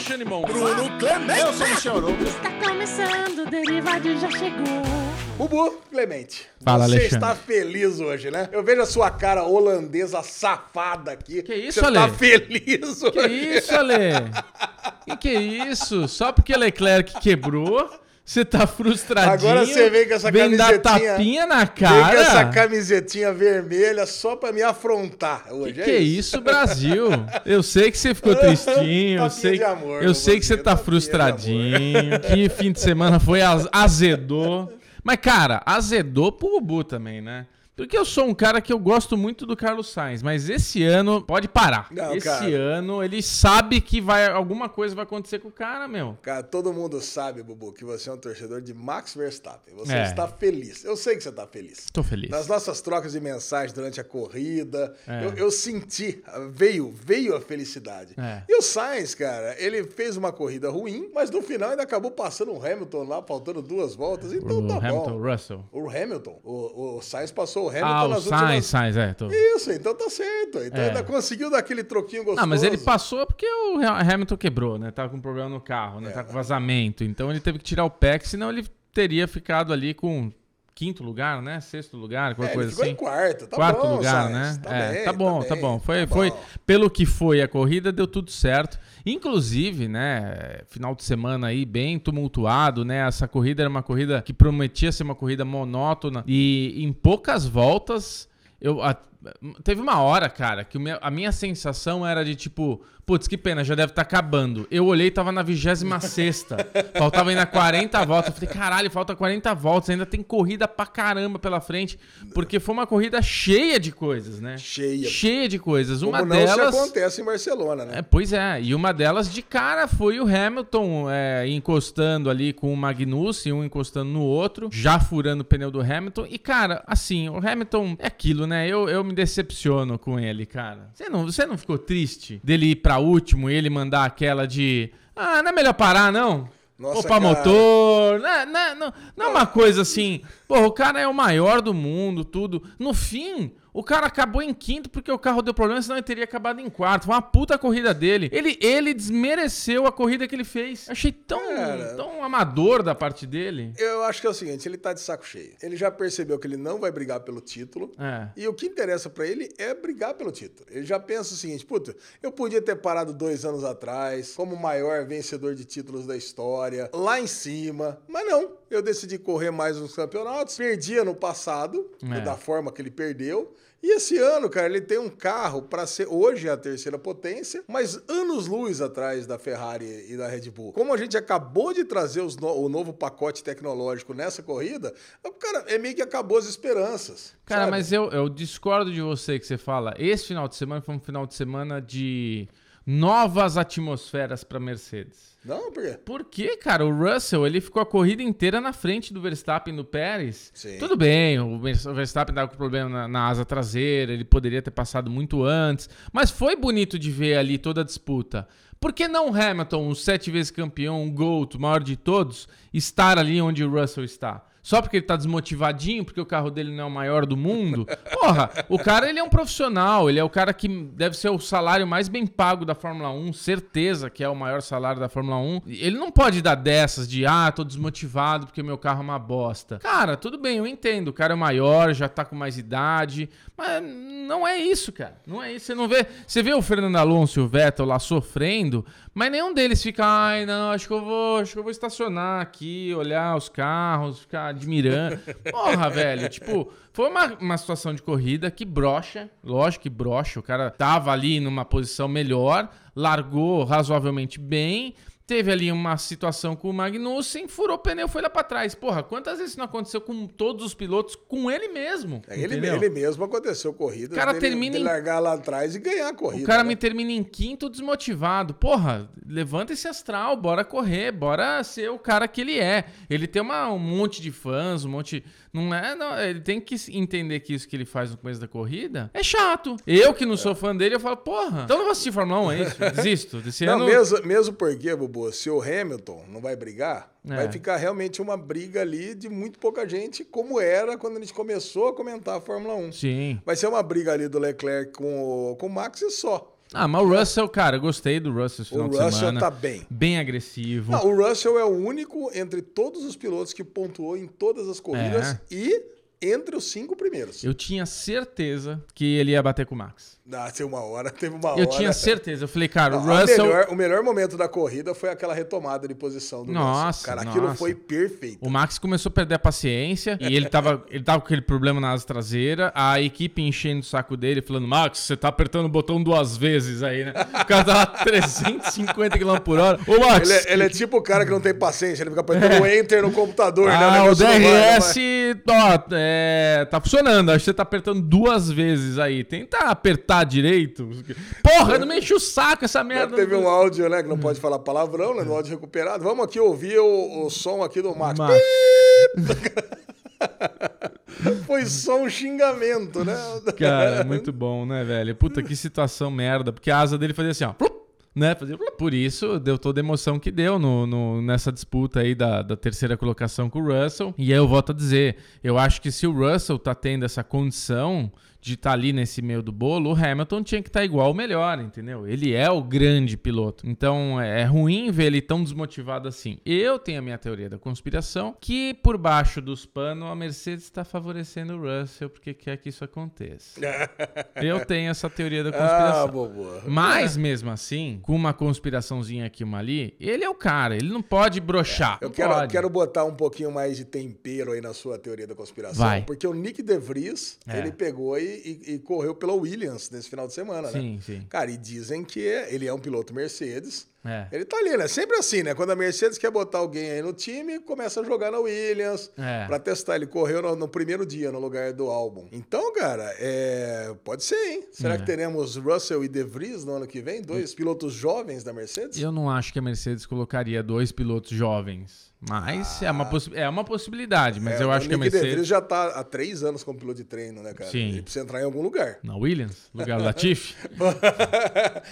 Xanimon. Bruno Clemente. Eu sou o Michel Arouca. Está começando, o Derivado já chegou. Bubu Clemente. Fala, Você Alexandre. está feliz hoje, né? Eu vejo a sua cara holandesa safada aqui. Que isso, Você tá Ale? feliz hoje. Que isso, Ale? Que que é isso? Só porque Leclerc quebrou, você tá frustradinho. Agora você vem com essa vem dar camisetinha- tapinha na Tem cara. com essa camisetinha vermelha só pra me afrontar hoje. Que, é que isso, Brasil? Eu sei que você ficou tristinho, Tapinha eu sei, de que- amor, eu sei que você você, tá tapinha de frustradinho, que fim de semana foi az- azedou. Mas, cara, azedou pro Bubu também, né? Porque eu sou um cara que eu gosto muito do Carlos Sainz, mas esse ano pode parar. Não, esse cara. ano ele sabe que vai alguma coisa vai acontecer com o cara, meu. Cara, todo mundo sabe, Bubu, que você é um torcedor de Max Verstappen. Você É. está feliz. Eu sei que você está feliz. Tô feliz. Nas nossas trocas de mensagens durante a corrida, É. eu, eu senti, veio, veio a felicidade. É. E o Sainz, cara, ele fez uma corrida ruim, mas no final ainda acabou passando o Hamilton lá, faltando duas voltas, então o tá Hamilton, bom. Russell. O Hamilton, o, o Sainz passou o Hamilton Ah, o nas Sainz, últimas... Sainz, é. Tô... Isso, então tá certo. Então É. ainda conseguiu dar aquele troquinho gostoso. Ah, mas ele passou porque o Ha- Hamilton quebrou, né? Tava com problema no carro, É. né? Tava com vazamento. Então ele teve que tirar o PEC, senão ele teria ficado ali com quinto lugar, né? Sexto lugar, É, qualquer ele coisa ficou assim. em quarto, tá Quarto bom, lugar, Sainz, né? Tá, é, bem, tá bom, tá, bem, bom. Foi, tá foi bom. pelo que foi a corrida, deu tudo certo. Inclusive, né, final de semana aí bem tumultuado, né? Essa corrida era uma corrida que prometia ser uma corrida monótona e em poucas voltas eu a- teve uma hora, cara, que o meu- a minha sensação era de tipo, putz, que pena, já deve estar acabando. Eu olhei, tava na 26ª. faltava ainda 40 voltas. Eu falei, caralho, falta 40 voltas, ainda tem corrida pra caramba pela frente, porque foi uma corrida cheia de coisas, né? Cheia. Cheia de coisas. Uma Como não delas. se acontece em Barcelona, né? É, pois é, e uma delas de cara foi o Hamilton é, encostando ali com o Magnussen, um encostando no outro, já furando o pneu do Hamilton. E, cara, assim, o Hamilton é aquilo, né? Eu, eu me decepciono com ele, cara. Você não, você não ficou triste dele ir pra último e ele mandar aquela de. Ah, não é melhor parar, não? Nossa, Opa, cara. motor. Não, não, não, não é uma coisa assim. Porra, o cara é o maior do mundo, tudo. No fim, o cara acabou em quinto porque o carro deu problema, senão ele teria acabado em quarto. Foi uma puta corrida dele. Ele, ele desmereceu a corrida que ele fez. Eu achei tão, Cara. tão amador da parte dele. Eu acho que é o seguinte, ele tá de saco cheio. Ele já percebeu que ele não vai brigar pelo título. É. E o que interessa pra ele é brigar pelo título. Ele já pensa o seguinte, puta, eu podia ter parado dois anos atrás, como o maior vencedor de títulos da história, lá em cima. Mas não, eu decidi correr mais uns campeonatos, perdia no passado, É. da forma que ele perdeu. E esse ano, cara, ele tem um carro pra ser hoje é a terceira potência, mas anos-luz atrás da Ferrari e da Red Bull. Como a gente acabou de trazer os no- o novo pacote tecnológico nessa corrida, cara, é meio que acabou as esperanças. Cara, sabe? mas eu, eu discordo de você que você fala. Esse final de semana foi um final de semana de novas atmosferas pra Mercedes. Não, porque. Por que, cara? O Russell, ele ficou a corrida inteira na frente do Verstappen e do Pérez. Sim. Tudo bem, o Vers- o Verstappen tava com problema na, na asa traseira, ele poderia ter passado muito antes. Mas foi bonito de ver ali toda a disputa. Por que não o Hamilton, o sete vezes campeão, o GOAT, o maior de todos, estar ali onde o Russell está? Só porque ele tá desmotivadinho, porque o carro dele não é o maior do mundo? Porra, o cara ele é um profissional, ele é o cara que deve ser o salário mais bem pago da Fórmula 1, certeza que é o maior salário da Fórmula 1. E Ele não pode dar dessas de, ah, tô desmotivado porque meu carro é uma bosta. Cara, tudo bem, eu entendo, o cara é maior, já tá com mais idade, mas não é isso, cara. Não é isso, você não vê, você vê o Fernando Alonso e o Vettel lá sofrendo, mas nenhum deles fica, ai, não, acho que eu vou, acho que eu vou estacionar aqui, olhar os carros, ficar admirando. Porra, velho, tipo, foi uma, uma situação de corrida que brocha, lógico que brocha, o cara tava ali numa posição melhor, largou razoavelmente bem, teve ali uma situação com o Magnussen, furou o pneu, foi lá pra trás. Porra, quantas vezes isso não aconteceu com todos os pilotos, com ele mesmo? É, Ele, entendeu? ele mesmo aconteceu corrida. O cara termina em- largar lá atrás e ganhar a corrida. O cara né? me termina em quinto desmotivado. Porra, levanta esse astral, bora correr, bora ser o cara que ele é. Ele tem uma- um monte de fãs, um monte. Não é. não, ele tem que se- entender que isso que ele faz no começo da corrida é chato. Eu que não É. sou fã dele, eu falo, porra, então não vou assistir Fórmula 1, é isso? Desisto. Desse Não, ano. mesmo, mesmo porque, Bubu, se o Hamilton não vai brigar, É. vai ficar realmente uma briga ali de muito pouca gente, como era quando a gente começou a comentar a Fórmula 1. Sim. Vai ser uma briga ali do Leclerc com o, com o Max e só. Ah, mas o Russell, cara, eu gostei do Russell esse O final de Russell semana. tá bem. Bem agressivo. Não, o Russell é o único entre todos os pilotos que pontuou em todas as corridas É. e entre os cinco primeiros. Eu tinha certeza que ele ia bater com o Max. Ah, teve uma hora, teve uma hora. Eu tinha certeza. Eu falei, cara, o Não, a Russell. melhor- o melhor momento da corrida foi aquela retomada de posição do Russell. Nossa, Cara, aquilo nossa. foi perfeito. O Max começou a perder a paciência e ele tava, ele tava com aquele problema na asa traseira, a equipe enchendo o saco dele, falando: Max, você tá apertando o botão duas vezes aí, né? O cara tava 350 km por hora. Ô, Max! Ele, é- ele é tipo o cara que não tem paciência, ele fica apertando enter no computador, né? É. Ah, o negócio não vai, não vai. DRS ó, é, tá funcionando. Acho que você tá apertando duas vezes aí. Tenta apertar direito. Porra, não me enche o saco essa merda. É. Teve um áudio, né? Que não pode falar palavrão, É. né? No áudio recuperado. Vamos aqui ouvir o, o som aqui do Max. Max. Foi só um xingamento, né? Cara, muito bom, né, velho? Puta, que situação merda. Porque a asa dele fazia assim, ó. flup, Né? Fazia flup. Por isso, deu toda a emoção que deu no, no- nessa disputa aí da, da terceira colocação com o Russell. E aí eu volto a dizer, eu acho que se o Russell tá tendo essa condição de estar tá ali nesse meio do bolo, o Hamilton tinha que estar igual ou melhor, entendeu? Ele é o grande piloto. Então é é ruim ver ele tão desmotivado assim. Eu tenho a minha teoria da conspiração que por baixo dos panos a Mercedes está favorecendo o Russell porque quer que isso aconteça. Eu tenho essa teoria da Ah, conspiração. bobo. Mas mesmo assim, com uma conspiraçãozinha aqui uma ali, ele é o cara, ele não pode brochar. Eu não quero, pode. quero botar um pouquinho mais de tempero aí na sua teoria da conspiração. Vai. Porque o Nick De Vries, É. ele pegou e, e- e correu pela Williams nesse final de semana, né? Sim, sim. Cara, e dizem que ele é um piloto Mercedes. É. Ele tá ali, né? Sempre assim, né? Quando a Mercedes quer botar alguém aí no time, começa a jogar na Williams É. pra testar. Ele correu no, no primeiro dia no lugar do álbum. Então, cara, é... pode ser, hein? Será É. que teremos Russell e De Vries no ano que vem? Dois pilotos jovens da Mercedes? Eu não acho que a Mercedes colocaria dois pilotos jovens. Mas é, uma possi- é uma possibilidade. Mas Ah. É, eu acho o que a Nick De Mercedes. Vries já tá há três anos como piloto de treino, né, cara? Sim. Ele precisa entrar em algum lugar. Na Williams? Lugar do Latifi?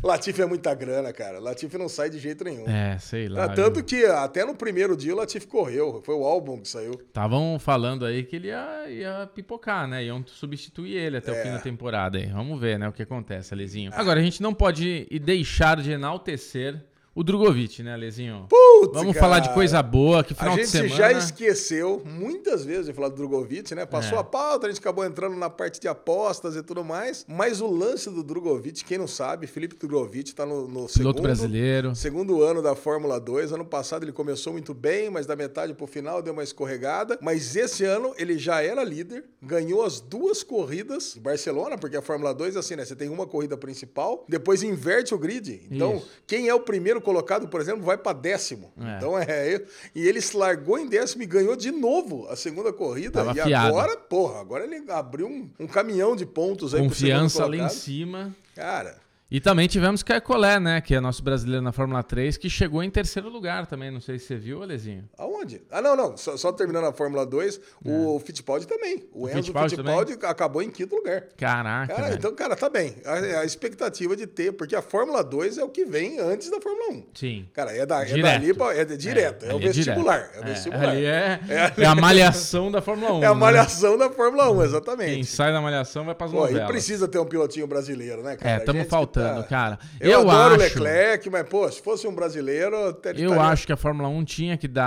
Latifi é muita grana, cara. Latifi não sai de jeito nenhum. É, sei lá. Ah, tanto que até no primeiro dia o Latifi correu. Foi o álbum que saiu. Estavam falando aí que ele ia, ia pipocar, né? Iam substituir ele até É. o fim da temporada aí. Vamos ver, né? O que acontece, Alezinho. Agora, a gente não pode e deixar de enaltecer o Drogovic, né, Alezinho? Putz, Vamos cara. falar de coisa boa, que A final gente de semana... já esqueceu muitas vezes de falar do Drogovic, né? Passou É. a pauta, a gente acabou entrando na parte de apostas e tudo mais. Mas o lance do Drogovic, quem não sabe, Felipe Drogovic tá no, no Piloto segundo, brasileiro. segundo ano da Fórmula 2. Ano passado ele começou muito bem, mas da metade pro final deu uma escorregada. Mas esse ano ele já era líder, ganhou as duas corridas em Barcelona, porque a Fórmula 2 é assim, né? Você tem uma corrida principal, depois inverte o grid. Então, Isso. quem é o primeiro colocado, por exemplo, vai pra décimo. É. Então é. eu- E ele se largou em décimo e ganhou de novo a segunda corrida. Tava e afiado. agora, porra, agora ele abriu um, um caminhão de pontos aí pro Confiança segundo lá em colocado. cima. Cara. E também tivemos Caio Collet, né? Que é nosso brasileiro na Fórmula 3, que chegou em terceiro lugar também. Não sei se você viu, Alezinho. Aonde? Ah, não, não. Só, só terminando a Fórmula 2, o Fittipaldi também. O, Enzo É. Fittipaldi Fittipaldi, acabou em quinto lugar. Caraca, Cara, velho. então, cara, tá bem. A, a expectativa de ter, porque a Fórmula 2 é o que vem antes da Fórmula 1. Sim. Cara, é, da, é Direto. dali pra, é de- direto. É, o ali direto. vestibular. É o vestibular. ali é, é a malhação da Fórmula 1. É a né? malhação da Fórmula 1, exatamente. Quem sai da malhação vai para as Pô, e novelas. precisa ter um pilotinho brasileiro, né, É, cara? estamos Gente que faltando, tá- cara. Eu, Eu, adoro o acho, Leclerc, mas, pô, se fosse um brasileiro... ele eu estaria- acho que a Fórmula 1 tinha que dar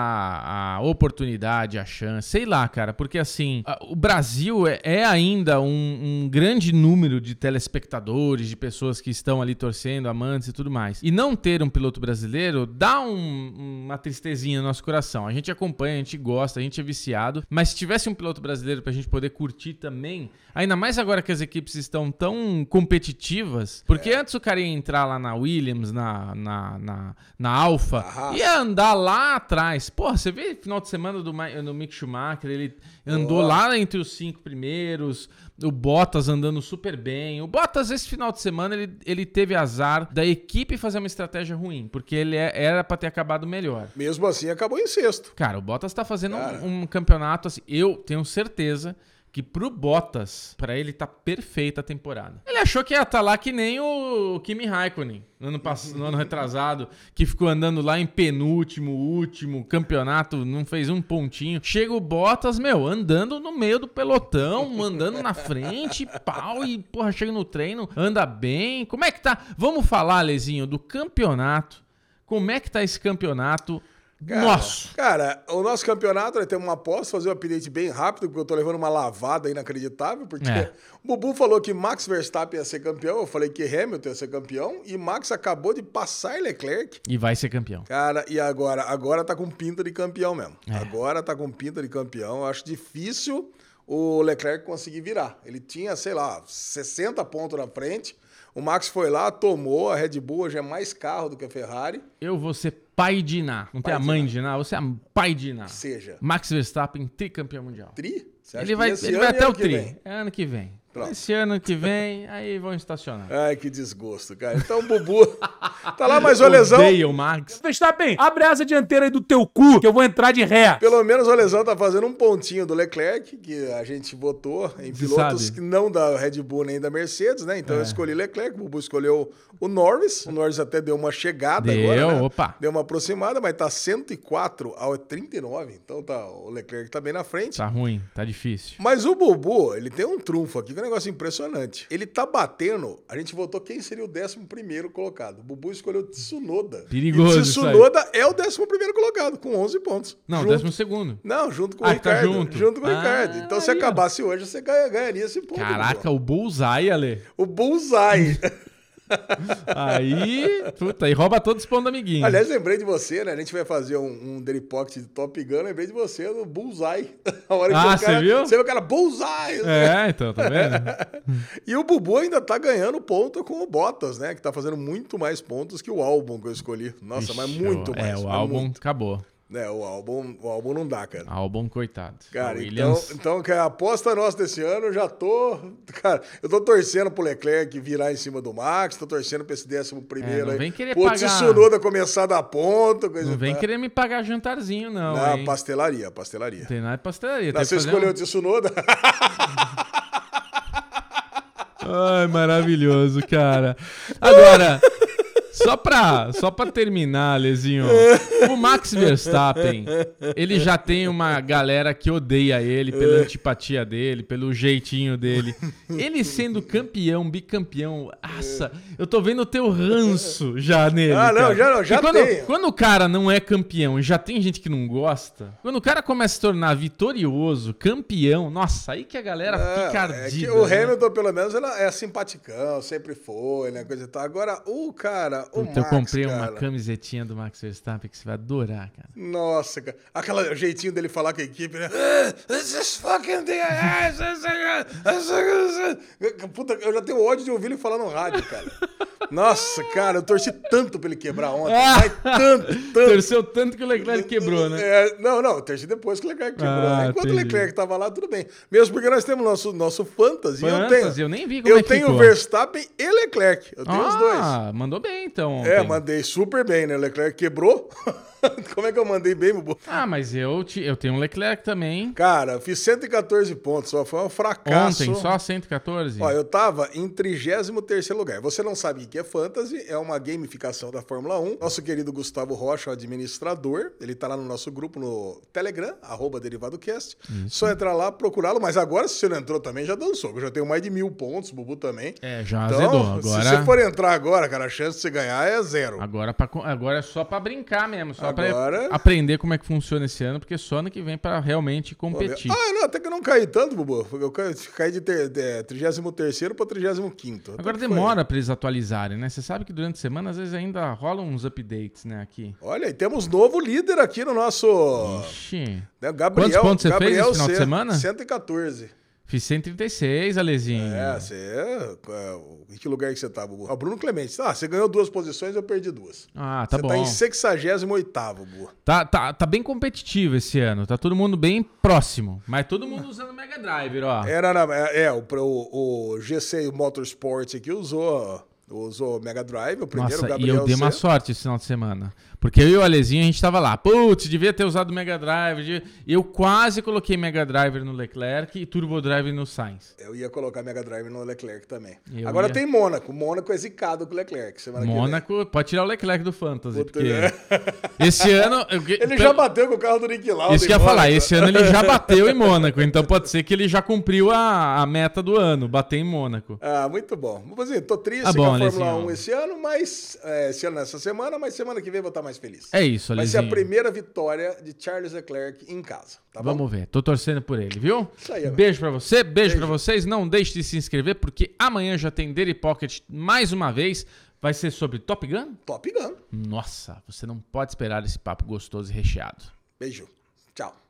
a oportunidade, a chance, sei lá, cara, porque assim, a- o Brasil é, é ainda um, um grande número de telespectadores, de pessoas que estão ali torcendo, amantes e tudo mais. E não ter um piloto brasileiro dá um- uma tristezinha no nosso coração. A gente acompanha, a gente gosta, a gente é viciado, mas se tivesse um piloto brasileiro pra gente poder curtir também, ainda mais agora que as equipes estão tão competitivas, porque antes o cara ia entrar lá na Williams, na, na, na, na Alfa, Arrasa. ia andar lá atrás. Porra, você vê final de semana do, Ma- do Mick Schumacher, ele andou Boa. lá entre os cinco primeiros, o Bottas andando super bem. O Bottas, esse final de semana, ele, ele teve azar da equipe fazer uma estratégia ruim, porque ele é- era pra ter acabado melhor. Mesmo assim, acabou em sexto. Cara, o Bottas tá fazendo um- Cara. um, campeonato assim. Eu tenho certeza que pro Bottas, pra ele tá perfeita a temporada. Ele achou que ia estar lá que nem o Kimi Raikkonen no ano, pass- no ano retrasado, que ficou andando lá em penúltimo, último campeonato, não fez um pontinho. Chega o Bottas, meu, andando no meio do pelotão, mandando na frente, pau, e porra, chega no treino, anda bem. Como é que tá? Vamos falar, Lezinho, do campeonato. Como é que tá esse campeonato? Cara, Nossa! Cara, o nosso campeonato, nós temos uma aposta, fazer um update bem rápido, porque eu tô levando uma lavada inacreditável, porque É. o Bubu falou que Max Verstappen ia ser campeão, eu falei que Hamilton ia ser campeão, e Max acabou de passar Leclerc. E vai ser campeão. Cara, e agora? Agora tá com pinta de campeão mesmo. É. Agora tá com pinta de campeão. Eu acho difícil o Leclerc conseguir virar. Ele tinha, sei lá, 60 pontos na frente. O Max foi lá, tomou. A Red Bull hoje é mais carro do que a Ferrari. Eu vou ser pai de Iná. Não tem a de mãe de Iná, você é a pai de Iná. Seja, Max Verstappen, tricampeão mundial. tri? Você acha Ele que vai, esse ele ano vai e até ano o que tri. vem? É ano que vem. Pronto. Esse ano que vem, aí vão estacionar. Ai, que desgosto, cara. Então, o Bubu. tá lá mais o lesão. Odeio o Max. Verstappen, abre a asa dianteira aí do teu cu, que eu vou entrar de ré. Pelo menos o Lesão tá fazendo um pontinho do Leclerc, que a gente votou em Você pilotos sabe. É. que não da Red Bull nem da Mercedes, né? Então eu escolhi Leclerc, o Bubu escolheu o Norris. O Norris até deu uma chegada agora, Deu, né? opa. Deu uma aproximada, mas tá 104 ao 39, então tá, o Leclerc tá bem na frente. Tá ruim, tá difícil. Mas o Bubu, ele tem um trunfo aqui, que é um negócio impressionante. Ele tá batendo, a gente votou quem seria o 11 colocado. O Bubu escolheu Tsunoda. Perigoso E isso aí. Tsunoda é o 11 colocado, com 11 pontos. Não, Junto- décimo segundo. não, junto com o Ah, tá Ricardo. junto. junto. com o Ah, Ricardo. Então, se aí, ó. acabasse hoje, você ganha- ganharia esse ponto. Caraca, Dudu. o Bullseye, Ale. O Bullseye. Aí, puta, aí rouba todos os pontos do amiguinho. Aliás, lembrei de você, né? A gente vai fazer um, um Daily Pocket de Top Gun. Lembrei de você do Bullseye. A hora que Ah, o você cara, viu? Você viu o cara, Bullseye. É, então, tá vendo? E o Bubu ainda tá ganhando ponto com o Bottas, né? Que tá fazendo muito mais pontos que o álbum que eu escolhi. Nossa, mas Ixi, muito é, mais. É, o mas álbum muito. acabou. É, o álbum, o álbum não dá, cara. Álbum, coitado. Cara, então, Williams. então que a aposta nossa desse ano, eu já tô. Cara, eu tô torcendo pro Leclerc virar em cima do Max, tô torcendo pra esse décimo primeiro É, não aí. vem querer Pô, se o pagar- Tsunoda começar a dar ponta, coisa Não e vem tal. querer me pagar jantarzinho, não. Não, hein? pastelaria, pastelaria. Tem nada de pastelaria. Não, tem que você fazer escolheu um- o Tsunoda? Ai, maravilhoso, cara. Agora, só pra, só pra terminar, Lezinho, o Max Verstappen, ele já tem uma galera que odeia ele pela antipatia dele, pelo jeitinho dele. Ele sendo campeão, bicampeão, nossa, eu tô vendo o teu ranço já nele. Ah, não, cara. já não, já E quando, tenho. quando o cara não é campeão e já tem gente que não gosta, quando o cara começa a se tornar vitorioso, campeão, nossa, aí Ah, que a galera Não, fica ardida. é que o né? Hamilton, pelo menos, ela é simpaticão, sempre foi, né? Coisa e tal. Agora, o cara, o Puta, Então, eu Max, comprei cara, uma camisetinha do Max Verstappen que você vai adorar, cara. Nossa, cara. Aquele jeitinho dele falar com a equipe, né? "Ah, This is fucking the ass, this is the-" Puta, eu já tenho ódio de ouvir ele falar no rádio, cara. Nossa, cara, eu torci tanto pra ele quebrar ontem. Ah, Mas tanto, tanto. Torceu tanto que o Leclerc quebrou, né? É, não, não, eu torci depois que o Leclerc quebrou. né? Ah, Enquanto entendi. o Leclerc tava lá, tudo bem. Mesmo porque nós temos nosso, nosso fantasy. eu Fantasy, tenho. eu nem vi como eu é que tenho ficou. Verstappen e Leclerc. Eu tenho os dois. Ah, mandou bem então. É, ontem. mandei super bem, né? O Leclerc quebrou. Como é que eu mandei bem, Bubu? Ah, mas eu, te- eu tenho um Leclerc também. Cara, fiz 114 pontos, só foi um fracasso. Ontem, só 114. Ó, eu tava em 33 lugar. Você não sabe o que é fantasy, é uma gamificação da Fórmula 1. Nosso querido Gustavo Rocha, o administrador, ele tá lá no nosso grupo no Telegram, arroba DerivadoCast. Só entrar lá, procurá-lo. Mas agora, se você não entrou também, já dançou. que Eu já tenho mais de mil pontos, o Bubu também. É, já azedou. Então, Agora, se você for entrar agora, cara, a chance de você ganhar é zero. agora, pra co- agora é só pra brincar mesmo. Só Agora- pra aprender como é que funciona esse ano, porque só ano que vem pra realmente competir. Ah, não, até que eu não caí tanto, Bubu. Eu caí, caí de ter, de, é, 33 para 35. Até Agora é que foi. demora pra eles atualizarem, né? Você sabe que durante a semana às vezes ainda rolam uns updates, né, aqui. Olha, e temos novo líder aqui no nosso. Ixi. né, Gabriel, Quantos pontos você fez Gabriel esse final de C, semana? 114. Fiz 136, Alezinho. É, você. é, Em que lugar que você tá, Bubu? Ah, Bruno Clemente. Ah, você ganhou duas posições, eu perdi duas. Ah, tá você bom. tá em 68, Bubu. Tá, tá, tá bem competitivo esse ano. Tá todo mundo bem próximo. Mas todo mundo usando É, Mega Driver, ó. Era na, é, é, o, o, o G6 Motorsport aqui usou Usou o Mega Drive, o primeiro Nossa, e Gabriel eu dei uma C. sorte esse final de semana. Porque eu e o Alezinho, a gente tava lá. Putz, devia ter usado o Mega Drive. devia- E eu quase coloquei Mega Driver no Leclerc e Turbo Drive no Sainz. Eu ia colocar Mega Drive no Leclerc também. Eu Agora ia. tem Mônaco. Mônaco é zicado com o Leclerc. Semana Mônaco, pode tirar o Leclerc do Fantasy. Puta, porque né? esse ano. eu- que vem. Ele pe- já bateu com o carro do Nick Lauda. Isso que em eu ia falar, Mônaco. esse ano ele já bateu em Mônaco, então pode ser que ele já cumpriu a, a meta do ano, bater em Mônaco. Ah, muito bom. Mas assim, tô triste Tá com bom, a Fórmula Alezinho. 1 esse ano, mas. é, esse ano nessa semana, mas semana que vem eu vou estar mais feliz. É isso, Vai ser a Alezinho. primeira vitória de Charles Leclerc em casa, tá bom? Vamos ver, tô torcendo por ele, viu? Isso aí, amigo. beijo pra você, beijo, pra vocês. Não deixe de se inscrever, porque amanhã já tem Daily Pocket mais uma vez. Vai ser sobre Top Gun? Top Gun. Nossa, você não pode esperar esse papo gostoso e recheado. Beijo. Tchau.